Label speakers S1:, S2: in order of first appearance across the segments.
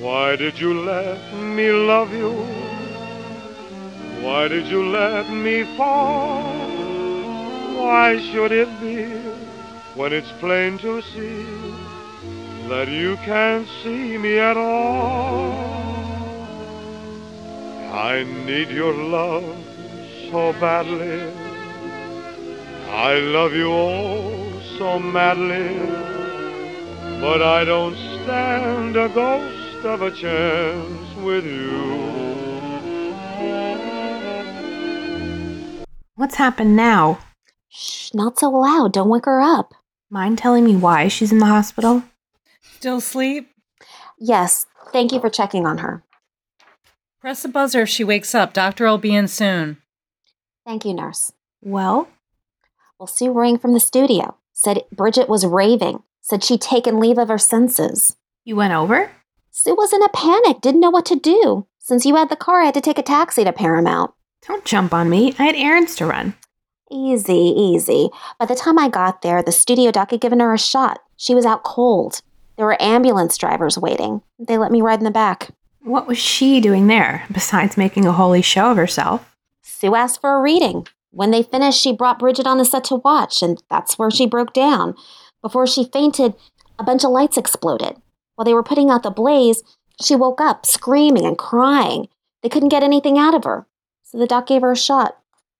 S1: Why did you let me love you? Why did you let me fall? Why should it be when it's plain to see that you can't see me at all? I need your love so badly. I love you all so madly, but I don't stand a ghost of a chance with you.
S2: What's happened now?
S3: Shh, not so loud. Don't wake her up.
S2: Mind telling me why she's in the hospital?
S4: Still asleep?
S3: Yes. Thank you for checking on her.
S4: Press the buzzer if she wakes up. Doctor will be in soon.
S3: Thank you, nurse.
S2: Well?
S3: Well, Sue rang from the studio. Said Bridget was raving. Said she'd taken leave of her senses.
S2: You went over?
S3: Sue was in a panic, didn't know what to do. Since you had the car, I had to take a taxi to Paramount.
S2: Don't jump on me. I had errands to run.
S3: Easy, easy. By the time I got there, the studio doc had given her a shot. She was out cold. There were ambulance drivers waiting. They let me ride in the back.
S2: What was she doing there, besides making a holy show of herself?
S3: Sue asked for a reading. When they finished, she brought Bridget on the set to watch, and that's where she broke down. Before she fainted, a bunch of lights exploded. While they were putting out the blaze, she woke up screaming and crying. They couldn't get anything out of her, so the doc gave her a shot.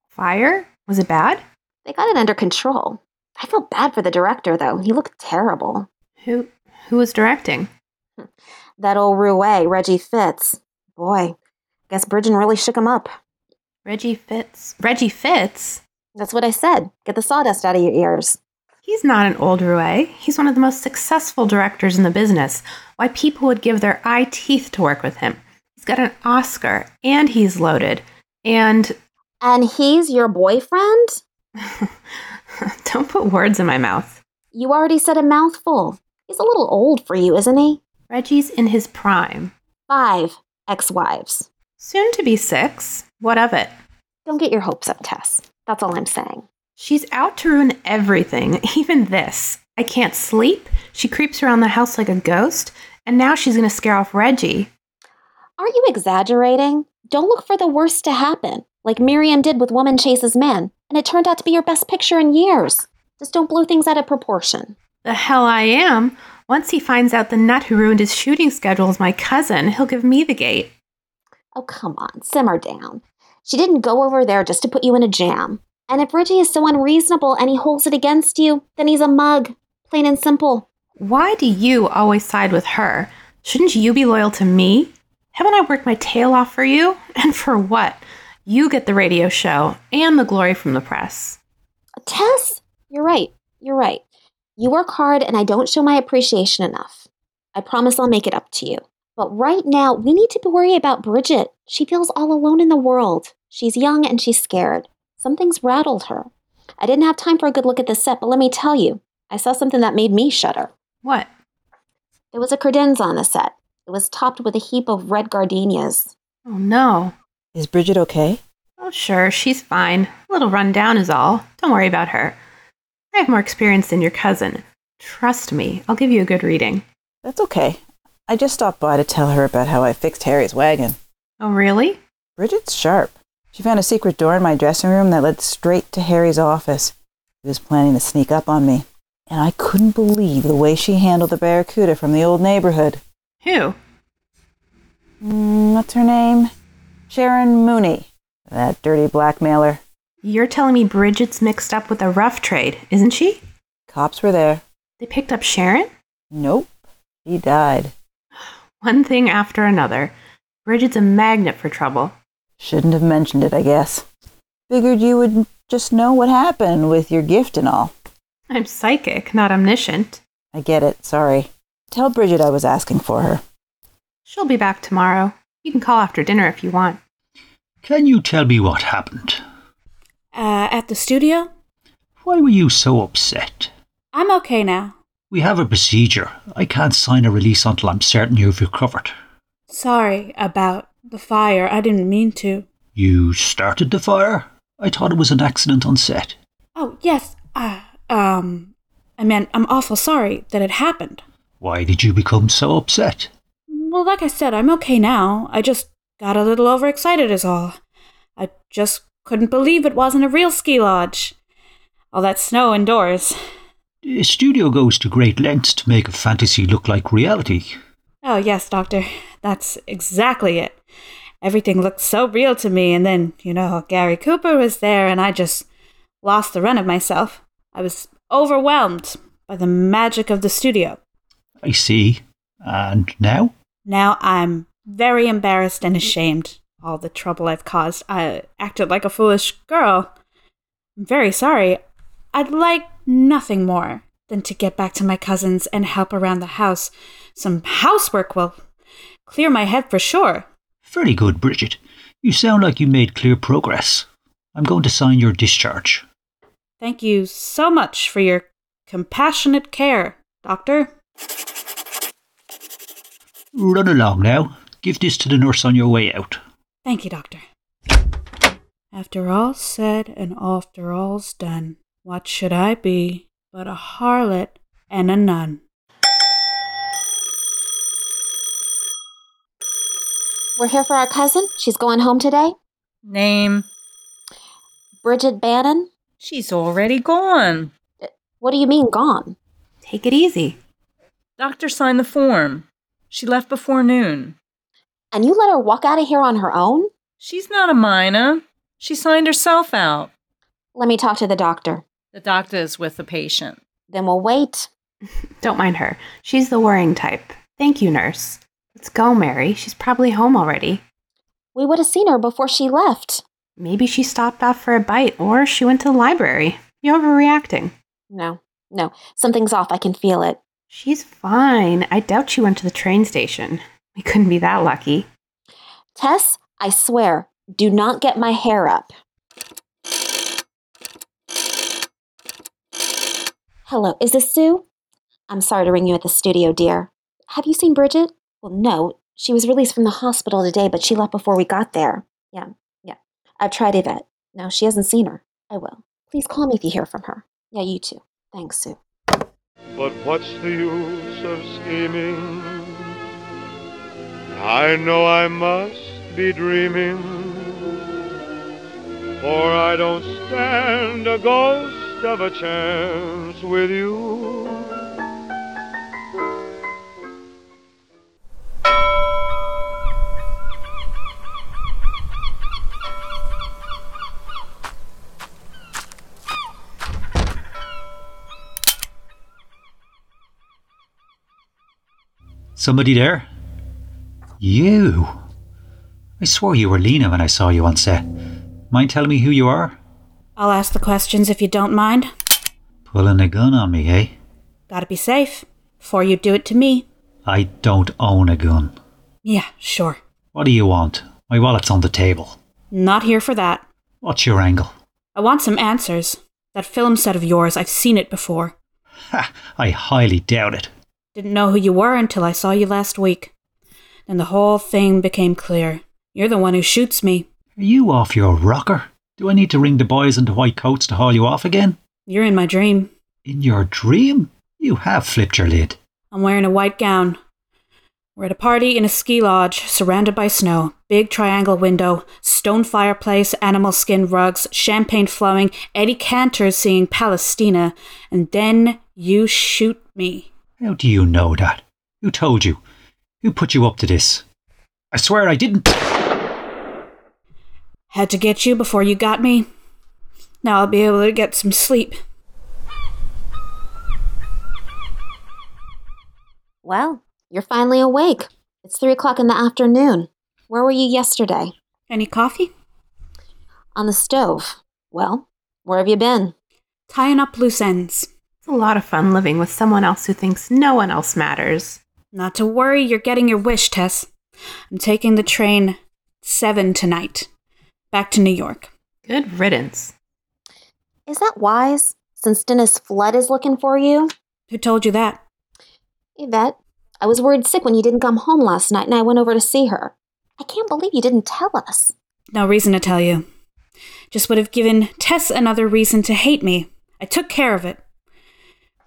S2: Fire? Was it bad?
S3: They got it under control. I feel bad for the director, though. He looked terrible.
S2: Who who was directing?
S3: That old roue, Reggie Fitz. Boy, guess Bridgen really shook him up.
S2: Reggie Fitz. Reggie Fitz?
S3: That's what I said. Get the sawdust out of your ears.
S2: He's not an old roue. He's one of the most successful directors in the business. Why people would give their eye teeth to work with him. He's got an Oscar, and he's loaded. And.
S3: And he's your boyfriend?
S2: Don't put words in my mouth.
S3: You already said a mouthful. He's a little old for you, isn't he?
S2: Reggie's in his prime.
S3: Five ex wives.
S2: Soon to be six. What of it?
S3: Don't get your hopes up, Tess. That's all I'm saying.
S2: She's out to ruin everything, even this. I can't sleep. She creeps around the house like a ghost, and now she's going to scare off Reggie.
S3: Aren't you exaggerating? Don't look for the worst to happen, like Miriam did with Woman Chases Man, and it turned out to be your best picture in years. Just don't blow things out of proportion.
S2: The hell I am. Once he finds out the nut who ruined his shooting schedule is my cousin, he'll give me the gate.
S3: Oh, come on, simmer down. She didn't go over there just to put you in a jam. And if Reggie is so unreasonable and he holds it against you, then he's a mug, plain and simple.
S2: Why do you always side with her? Shouldn't you be loyal to me? Haven't I worked my tail off for you? And for what? You get the radio show and the glory from the press.
S3: Tess, you're right. You're right. You work hard and I don't show my appreciation enough. I promise I'll make it up to you. But right now, we need to worry about Bridget. She feels all alone in the world. She's young and she's scared. Something's rattled her. I didn't have time for a good look at the set, but let me tell you, I saw something that made me shudder.
S2: What?
S3: There was a credenza on the set. It was topped with a heap of red gardenias.
S2: Oh no.
S5: Is Bridget okay?
S2: Oh sure, she's fine. A little run down is all. Don't worry about her. I have more experience than your cousin. Trust me, I'll give you a good reading.
S5: That's okay. I just stopped by to tell her about how I fixed Harry's wagon.
S2: Oh, really?
S5: Bridget's sharp. She found a secret door in my dressing room that led straight to Harry's office. He was planning to sneak up on me. And I couldn't believe the way she handled the barracuda from the old neighborhood.
S2: Who?
S5: Mm, what's her name? Sharon Mooney. That dirty blackmailer.
S2: You're telling me Bridget's mixed up with a rough trade, isn't she?
S5: Cops were there.
S2: They picked up Sharon?
S5: Nope. She died.
S2: One thing after another. Bridget's a magnet for trouble.
S5: Shouldn't have mentioned it, I guess. Figured you would just know what happened with your gift and all.
S2: I'm psychic, not omniscient.
S5: I get it, sorry. Tell Bridget I was asking for her.
S2: She'll be back tomorrow. You can call after dinner if you want.
S6: Can you tell me what happened?
S7: Uh, at the studio?
S6: Why were you so upset?
S7: I'm okay now.
S6: We have a procedure. I can't sign a release until I'm certain you've recovered.
S7: Sorry about the fire. I didn't mean to.
S6: You started the fire? I thought it was an accident on set.
S7: Oh, yes. Uh, um, I mean, I'm awful sorry that it happened.
S6: Why did you become so upset?
S7: Well, Well, like I said, I'm okay now. I just got a little overexcited, is all. I just couldn't believe it wasn't a real ski lodge. All that snow indoors.
S6: A studio goes to great lengths to make a fantasy look like reality.
S7: Oh, yes, Doctor. That's exactly it. Everything looked so real to me, and then, you know, Gary Cooper was there, and I just lost the run of myself. I was overwhelmed by the magic of the studio.
S6: I see. And now?
S7: Now I'm very embarrassed and ashamed. All the trouble I've caused. I acted like a foolish girl. I'm very sorry. I'd like nothing more than to get back to my cousins and help around the house. Some housework will clear my head for sure.
S6: Very good, Bridget. You sound like you made clear progress. I'm going to sign your discharge.
S7: Thank you so much for your compassionate care, Doctor.
S6: Run along now. Give this to the nurse on your way out.
S7: Thank you, Doctor. After all's said and after all's done, what should I be but a harlot and a nun?
S3: We're here for our cousin. She's going home today.
S4: Name.
S3: Bridget Bannon.
S4: She's already gone.
S3: What do you mean gone?
S2: Take it easy.
S4: Doctor signed the form. She left before noon.
S3: And you let her walk out of here on her own?
S4: She's not a minor. She signed herself out.
S3: Let me talk to the doctor.
S4: The doctor is with the patient.
S3: Then we'll wait.
S2: Don't mind her. She's the worrying type. Thank you, nurse. Let's go, Mary. She's probably home already.
S3: We would have seen her before she left.
S2: Maybe she stopped off for a bite or she went to the library. You're overreacting.
S3: No, no. Something's off. I can feel it.
S2: She's fine. I doubt she went to the train station. We couldn't be that lucky.
S3: Tess, I swear, do not get my hair up. Hello, is this Sue? I'm sorry to ring you at the studio, dear. Have you seen Bridget? Well, no. She was released from the hospital today, but she left before we got there. Yeah, yeah. I've tried Yvette. No, she hasn't seen her. I will. Please call me if you hear from her. Yeah, you too. Thanks, Sue.
S1: But what's the use of scheming? I know I must be dreaming, for I don't stand a ghost of a chance with you.
S6: Somebody there? You? I swore you were Lena when I saw you on set. Mind telling me who you are?
S7: I'll ask the questions if you don't mind.
S6: Pulling a gun on me, eh?
S7: Gotta be safe. Before you do it to me.
S6: I don't own a gun.
S7: Yeah, sure.
S6: What do you want? My wallet's on the table.
S7: Not here for that.
S6: What's your angle?
S7: I want some answers. That film set of yours, I've seen it before.
S6: Ha! I highly doubt it.
S7: Didn't know who you were until I saw you last week. Then the whole thing became clear. You're the one who shoots me.
S6: Are you off your rocker? Do I need to ring the boys in the white coats to haul you off again?
S7: You're in my dream.
S6: In your dream? You have flipped your lid.
S7: I'm wearing a white gown. We're at a party in a ski lodge, surrounded by snow. Big triangle window, stone fireplace, animal skin rugs, champagne flowing, Eddie Cantor singing Palestina, and then you shoot me.
S6: How do you know that? Who told you? Who put you up to this? I swear I didn't.
S7: Had to get you before you got me. Now I'll be able to get some sleep.
S3: Well, you're finally awake. It's three o'clock in the afternoon. Where were you yesterday?
S7: Any coffee?
S3: On the stove. Well, where have you been?
S7: Tying up loose ends.
S2: It's a lot of fun living with someone else who thinks no one else matters.
S7: Not to worry, you're getting your wish, Tess. I'm taking the train 7 tonight, back to New York.
S2: Good riddance.
S3: Is that wise? Since Dennis Flood is looking for you?
S7: Who told you that?
S3: Yvette, I was worried sick when you didn't come home last night and I went over to see her. I can't believe you didn't tell us.
S7: No reason to tell you. Just would have given Tess another reason to hate me. I took care of it.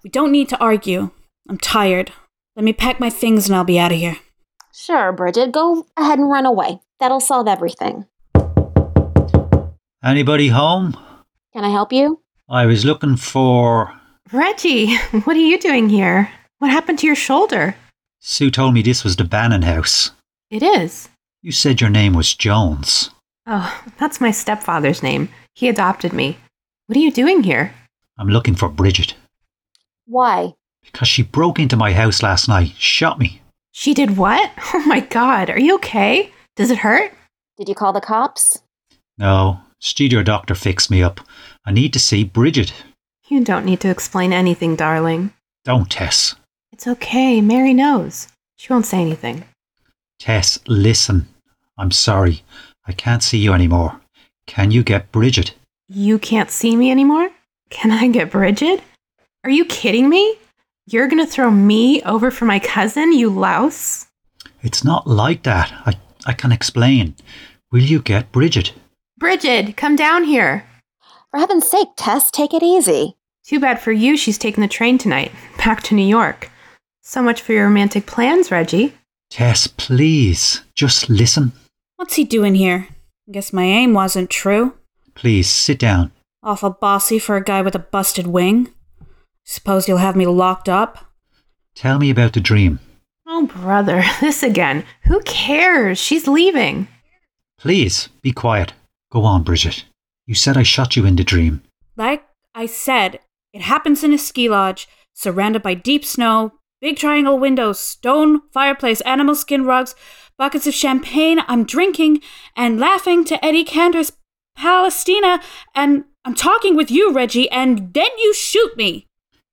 S7: We don't need to argue. I'm tired. Let me pack my things and I'll be out of here.
S3: Sure, Bridget, go ahead and run away. That'll solve everything.
S6: Anybody home?
S3: Can I help you?
S6: I was looking for.
S2: Reggie, what are you doing here? What happened to your shoulder?
S6: Sue told me this was the Bannon house.
S2: It is.
S6: You said your name was Jones.
S2: Oh, that's my stepfather's name. He adopted me. What are you doing here?
S6: I'm looking for Bridget
S3: Why?
S6: because she broke into my house last night, shot me.
S2: She did what? Oh my god, are you okay? Does it hurt?
S3: Did you call the cops?
S6: No, studio doctor fixed me up. I need to see Bridget.
S2: You don't need to explain anything, darling.
S6: Don't, Tess.
S2: It's okay. Mary knows. She won't say anything.
S6: Tess, listen. I'm sorry. I can't see you anymore. Can you get Bridget?
S2: You can't see me anymore? Can I get Bridget? Are you kidding me? You're gonna throw me over for my cousin, you louse?
S6: It's not like that. I, I can explain. Will you get Bridget?
S2: Bridget, come down here.
S3: For heaven's sake, Tess, take it easy.
S2: Too bad for you, she's taking the train tonight, back to New York. So much for your romantic plans, Reggie.
S6: Tess, please. Just listen.
S7: What's he doing here? I guess my aim wasn't true.
S6: Please sit down.
S7: Awful bossy for a guy with a busted wing. Suppose you'll have me locked up?
S6: Tell me about the dream.
S2: Oh, brother, this again. Who cares? She's leaving.
S6: Please be quiet. Go on, Bridget. You said I shot you in the dream.
S7: Like I said, it happens in a ski lodge, surrounded by deep snow, big triangle windows, stone fireplace, animal skin rugs, buckets of champagne. I'm drinking and laughing to Eddie Cantor's Palestina, and I'm talking with you, Reggie, and then you shoot me.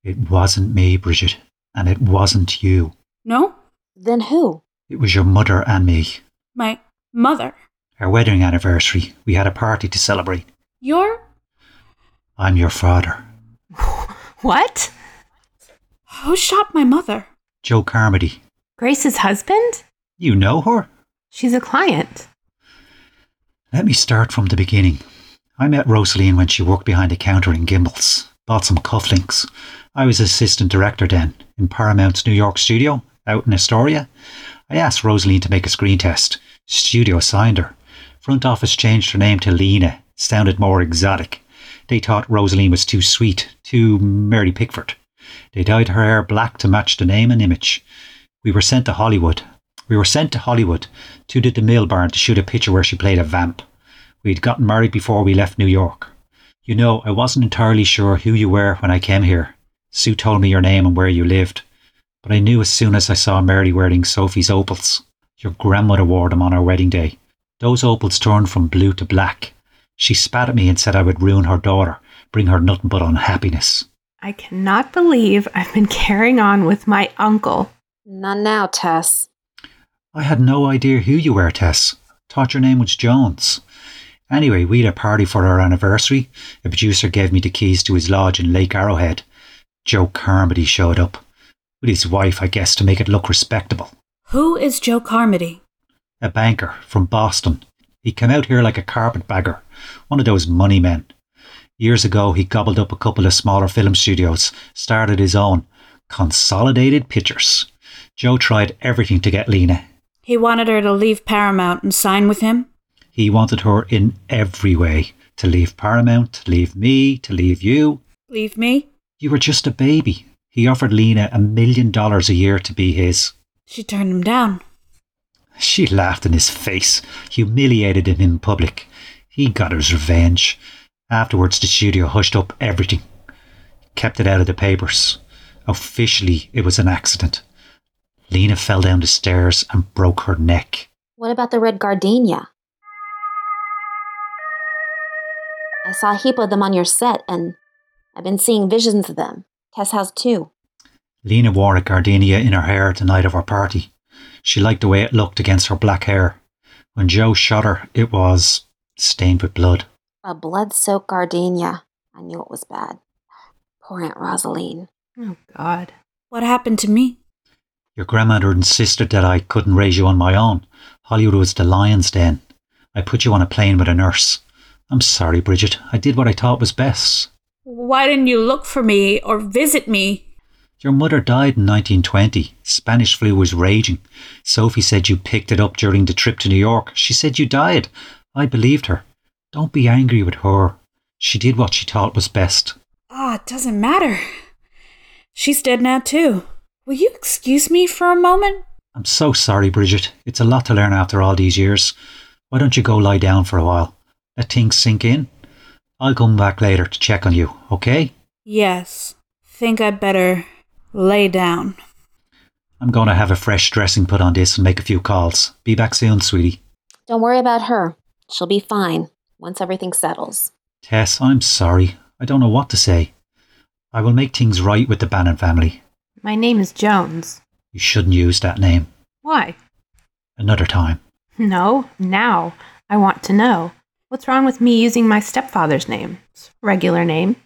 S6: It wasn't me, Bridget, and it wasn't you.
S7: No,
S3: Then who?
S6: It was your mother and me.
S7: my mother.
S6: Our wedding anniversary, we had a party to celebrate.
S7: You're
S6: I'm your father.
S2: What?
S7: who shot my mother?
S6: Joe Carmody.
S2: Grace's husband?
S6: You know her?
S2: She's a client.
S6: Let me start from the beginning. I met Rosaline when she worked behind a counter in Gimbals. Bought some cufflinks. I was assistant director then, in Paramount's New York studio, out in Astoria. I asked Rosaline to make a screen test. Studio signed her. Front office changed her name to Lena. Sounded more exotic. They thought Rosaline was too sweet, too Mary Pickford. They dyed her hair black to match the name and image. We were sent to Hollywood. We were sent to Hollywood to the DeMille barn to shoot a picture where she played a vamp. We'd gotten married before we left New York. You know, I wasn't entirely sure who you were when I came here. Sue told me your name and where you lived. But I knew as soon as I saw Mary wearing Sophie's opals. Your grandmother wore them on our wedding day. Those opals turned from blue to black. She spat at me and said I would ruin her daughter, bring her nothing but unhappiness.
S2: I cannot believe I've been carrying on with my uncle.
S3: None now, Tess.
S6: I had no idea who you were, Tess. Thought your name was Jones. Anyway, we had a party for our anniversary. The producer gave me the keys to his lodge in Lake Arrowhead. Joe Carmody showed up. With his wife, I guess, to make it look respectable.
S7: Who is Joe Carmody?
S6: A banker from Boston. He came out here like a carpetbagger, one of those money men. Years ago, he gobbled up a couple of smaller film studios, started his own, Consolidated Pictures. Joe tried everything to get Lena,
S7: He wanted her to leave Paramount and sign with him.
S6: He wanted her in every way to leave Paramount, to leave me, to leave you.
S7: Leave me?
S6: You were just a baby. He offered Lena a million dollars a year to be his.
S7: She turned him down.
S6: She laughed in his face, humiliated him in public. He got his revenge. Afterwards, the studio hushed up everything, kept it out of the papers. Officially, it was an accident. Lena fell down the stairs and broke her neck.
S3: What about the red gardenia? I saw a heap of them on your set, and I've been seeing visions of them. Tess has two.
S6: Lena wore a gardenia in her hair the night of our party. She liked the way it looked against her black hair. When Joe shot her, it was stained with blood.
S3: A blood soaked gardenia. I knew it was bad. Poor Aunt Rosaline.
S2: Oh, God.
S7: What happened to me?
S6: Your grandmother insisted that I couldn't raise you on my own. Hollywood was the lion's den. I put you on a plane with a nurse. I'm sorry, Bridget. I did what I thought was best.
S7: Why didn't you look for me or visit me?
S6: Your mother died in 1920. Spanish flu was raging. Sophie said you picked it up during the trip to New York. She said you died. I believed her. Don't be angry with her. She did what she thought was best.
S7: Ah, it doesn't matter. She's dead now, too. Will you excuse me for a moment?
S6: I'm so sorry, Bridget. It's a lot to learn after all these years. Why don't you go lie down for a while? Let things sink in. I'll come back later to check on you, okay?
S7: Yes. Think I'd better lay down.
S6: I'm going to have a fresh dressing put on this and make a few calls. Be back soon, sweetie.
S3: Don't worry about her. She'll be fine once everything settles.
S6: Tess, I'm sorry. I don't know what to say. I will make things right with the Bannon family.
S2: My name is Jones.
S6: You shouldn't use that name.
S2: Why?
S6: Another time.
S2: No, now. I want to know. What's wrong with me using my stepfather's name? It's a regular name.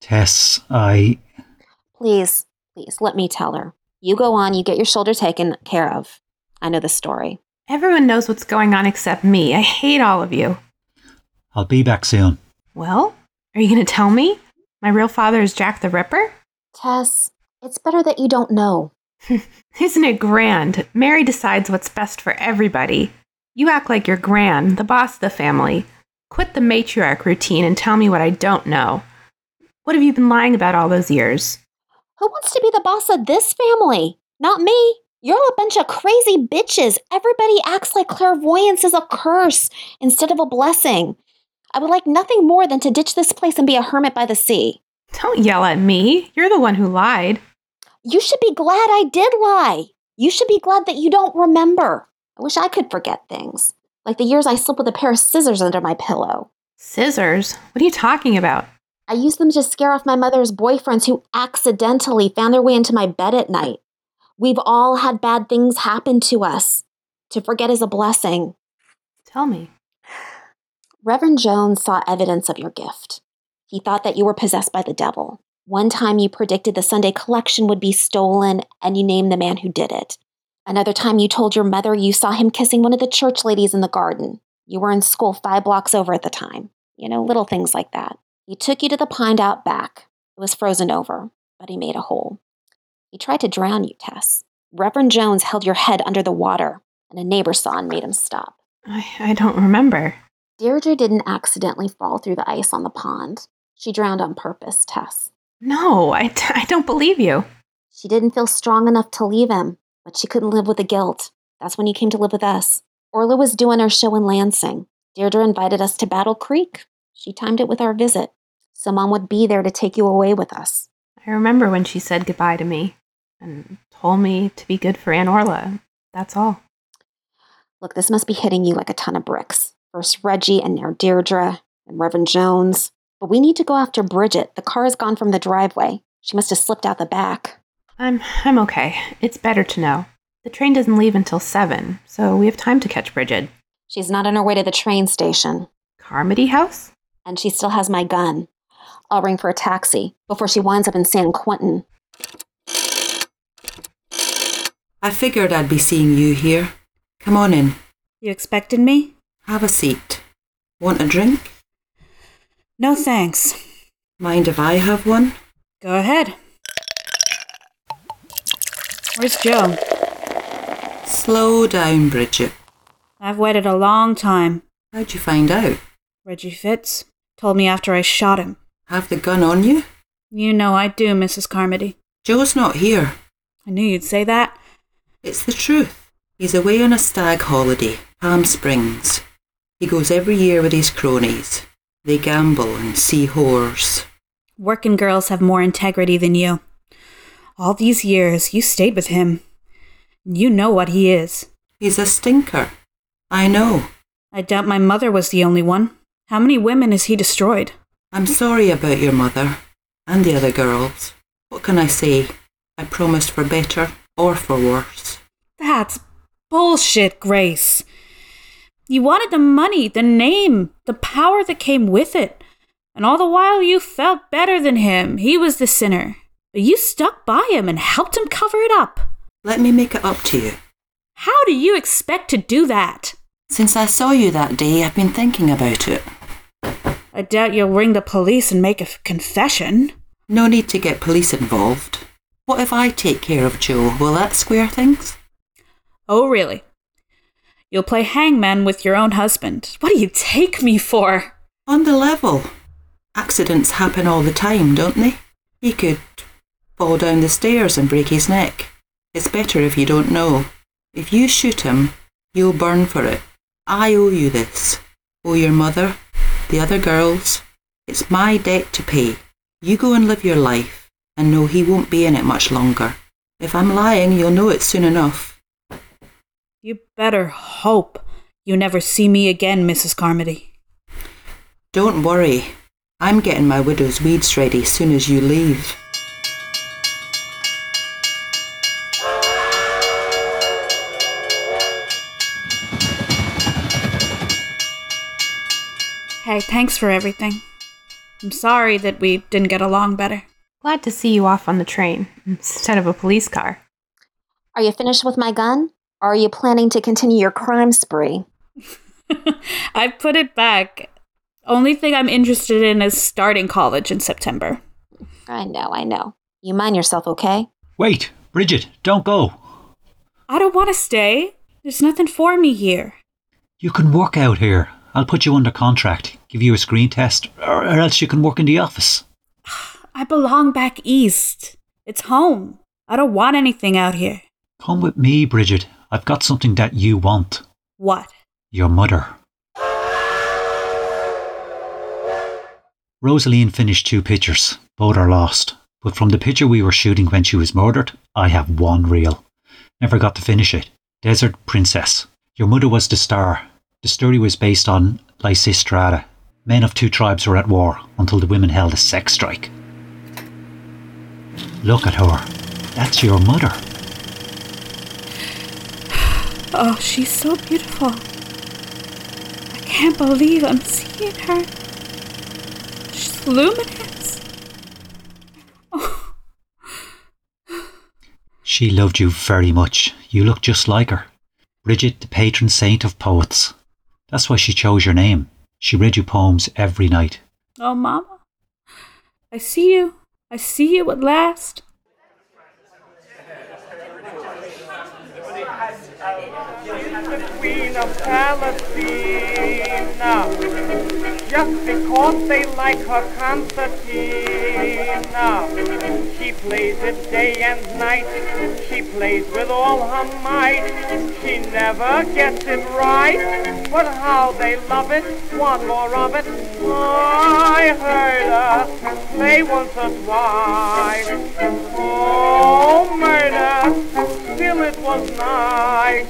S6: Tess, I.
S3: Please, please, let me tell her. You go on, you get your shoulder taken care of. I know the story.
S2: Everyone knows what's going on except me. I hate all of you.
S6: I'll be back soon.
S2: Well, are you going to tell me? My real father is Jack the Ripper?
S3: Tess, it's better that you don't know.
S2: Isn't it grand? Mary decides what's best for everybody. You act like you're grand, the boss of the family. Quit the matriarch routine and tell me what I don't know. What have you been lying about all those years?
S3: Who wants to be the boss of this family? Not me. You're all a bunch of crazy bitches. Everybody acts like clairvoyance is a curse instead of a blessing. I would like nothing more than to ditch this place and be a hermit by the sea.
S2: Don't yell at me. You're the one who lied.
S3: You should be glad I did lie. You should be glad that you don't remember. I wish I could forget things, like the years I slept with a pair of scissors under my pillow.
S2: Scissors? What are you talking about?
S3: I used them to scare off my mother's boyfriends who accidentally found their way into my bed at night. We've all had bad things happen to us. To forget is a blessing.
S2: Tell me.
S3: Reverend Jones saw evidence of your gift. He thought that you were possessed by the devil. One time you predicted the Sunday collection would be stolen and you named the man who did it. Another time you told your mother you saw him kissing one of the church ladies in the garden. You were in school five blocks over at the time. You know, little things like that. He took you to the pond out back. It was frozen over, but he made a hole. He tried to drown you, Tess. Reverend Jones held your head under the water, and a neighbor saw and made him stop.
S2: I, I don't remember.
S3: Deirdre didn't accidentally fall through the ice on the pond. She drowned on purpose, Tess.
S2: No, I, t- I don't believe you.
S3: She didn't feel strong enough to leave him, but she couldn't live with the guilt. That's when you came to live with us. Orla was doing her show in Lansing. Deirdre invited us to Battle Creek. She timed it with our visit. Someone would be there to take you away with us.
S2: I remember when she said goodbye to me and told me to be good for Aunt Orla. That's all.
S3: Look, this must be hitting you like a ton of bricks. First Reggie and now Deirdre and Reverend Jones. But we need to go after Bridget. The car is gone from the driveway. She must have slipped out the back.
S2: I'm I'm okay. It's better to know. The train doesn't leave until 7, so we have time to catch Bridget.
S3: She's not on her way to the train station.
S2: Carmody House?
S3: And she still has my gun. I'll ring for a taxi before she winds up in San Quentin.
S8: I figured I'd be seeing you here. Come on in.
S7: You expected me?
S8: Have a seat. Want a drink?
S7: No thanks.
S8: Mind if I have one?
S7: Go ahead. Where's Joe?
S8: Slow down, Bridget.
S7: I've waited a long time.
S8: How'd you find out?
S7: Reggie Fitz told me after I shot him.
S8: Have the gun on you?
S7: You know I do, Mrs. Carmody.
S8: Joe's not here.
S7: I knew you'd say that.
S8: It's the truth. He's away on a stag holiday, Palm Springs. He goes every year with his cronies. They gamble and see whores.
S7: Working girls have more integrity than you. All these years, you stayed with him. You know what he is.
S8: He's a stinker. I know.
S7: I doubt my mother was the only one. How many women has he destroyed?
S8: I'm sorry about your mother and the other girls. What can I say? I promised for better or for worse.
S7: That's bullshit, Grace. You wanted the money, the name, the power that came with it. And all the while you felt better than him. He was the sinner. But you stuck by him and helped him cover it up.
S8: Let me make it up to you.
S7: How do you expect to do that?
S8: Since I saw you that day, I've been thinking about it.
S7: I doubt you'll ring the police and make a f- confession.
S8: No need to get police involved. What if I take care of Joe? Will that square things?
S7: Oh, really? You'll play hangman with your own husband. What do you take me for?
S8: On the level. Accidents happen all the time, don't they? He could fall down the stairs and break his neck. It's better if you don't know. If you shoot him, you'll burn for it. I owe you this. Owe your mother, the other girls. It's my debt to pay. You go and live your life, and know he won't be in it much longer. If I'm lying, you'll know it soon enough.
S7: You better hope you never see me again, Mrs. Carmody.
S8: Don't worry. I'm getting my widow's weeds ready soon as you leave.
S7: Hey, thanks for everything. I'm sorry that we didn't get along better.
S2: Glad to see you off on the train instead of a police car.
S3: Are you finished with my gun? Or are you planning to continue your crime spree?
S7: I put it back. Only thing I'm interested in is starting college in September.
S3: I know, I know. You mind yourself, okay?
S6: Wait, Bridget, don't go.
S7: I don't want to stay. There's nothing for me here.
S6: You can work out here. I'll put you under contract, give you a screen test, or, or else you can work in the office.
S7: I belong back east. It's home. I don't want anything out here.
S6: Come with me, Bridget. I've got something that you want.
S7: What?
S6: Your mother. Rosaline finished two pictures. Both are lost. But from the picture we were shooting when she was murdered, I have one reel. Never got to finish it. Desert Princess. Your mother was the star. The story was based on Lysistrata. Men of two tribes were at war until the women held a sex strike. Look at her. That's your mother.
S7: Oh, she's so beautiful. I can't believe I'm seeing her. She's luminous.
S6: She loved you very much. You look just like her. Bridget, the patron saint of poets. That's why she chose your name. She read you poems every night.
S7: Oh, Mama. I see you. I see you at last.
S9: Queen of Palestine. Just because they like her concertina. She plays it day and night. She plays with all her might. She never gets it right. But how they love it, want more of it. I heard her play once or twice. Oh, murder. Still it was nice.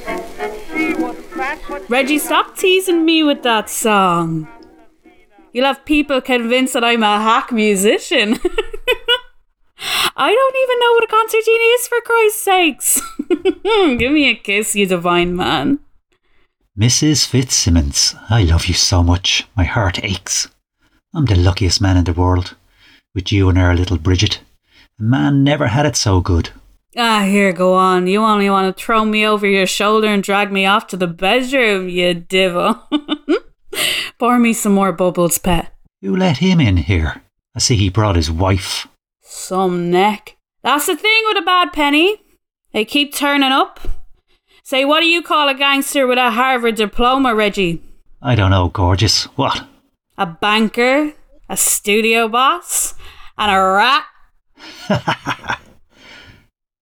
S9: She was fat, but
S7: Reggie, stop teasing me with that song. You'll have people convinced that I'm a hack musician. I don't even know what a concertina is, for Christ's sakes. Give me a kiss, you divine man.
S6: Mrs. Fitzsimmons, I love you so much. My heart aches. I'm the luckiest man in the world. With you and our little Bridget. A man never had it so good.
S7: Ah, here, go on. You only want to throw me over your shoulder and drag me off to the bedroom, you divil. Pour me some more bubbles, pet.
S6: Who let him in here? I see he brought his wife.
S7: Some neck. That's the thing with a bad penny. They keep turning up. Say, what do you call a gangster with a Harvard diploma, Reggie?
S6: I don't know, gorgeous. What?
S7: A banker, a studio boss, and a rat?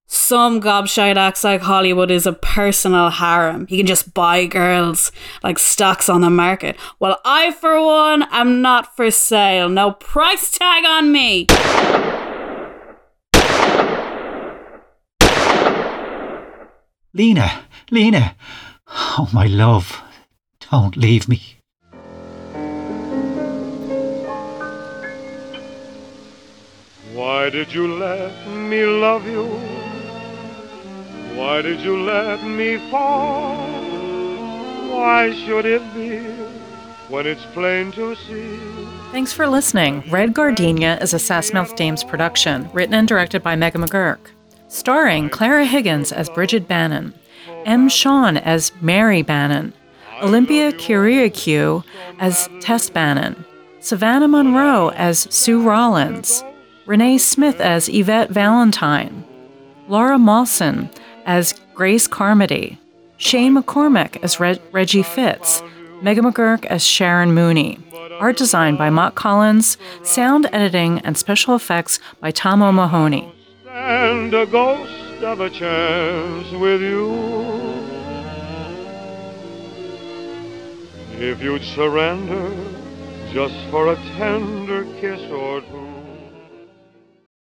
S7: Some gobshite acts like Hollywood is a personal harem. He can just buy girls like stocks on the market. Well, I, for one, am not for sale. No price tag on me.
S6: Lena, Lena. Oh, my love. Don't leave me.
S1: Why did you let me love you? Why did you let me fall? Why should it be when it's plain to see?
S10: Thanks for listening. Red Gardenia is a Sassmouth Dames production, written and directed by Megan McGurk, starring Clara Higgins as Bridget Bannon, M. Sean as Mary Bannon, Olympia Kiriakou as Tess Bannon, Savannah Monroe as Sue Rollins, Renee Smith as Yvette Valentine, Laura Mawson as Grace Carmody, Shane McCormick as Reg- Reggie Fitz, Megan McGurk as Sharon Mooney. Art design by Mott Collins, sound editing and special effects by Tom O'Mahony.
S1: And a ghost of a chance with you. If you'd surrender just for a tender kiss or two.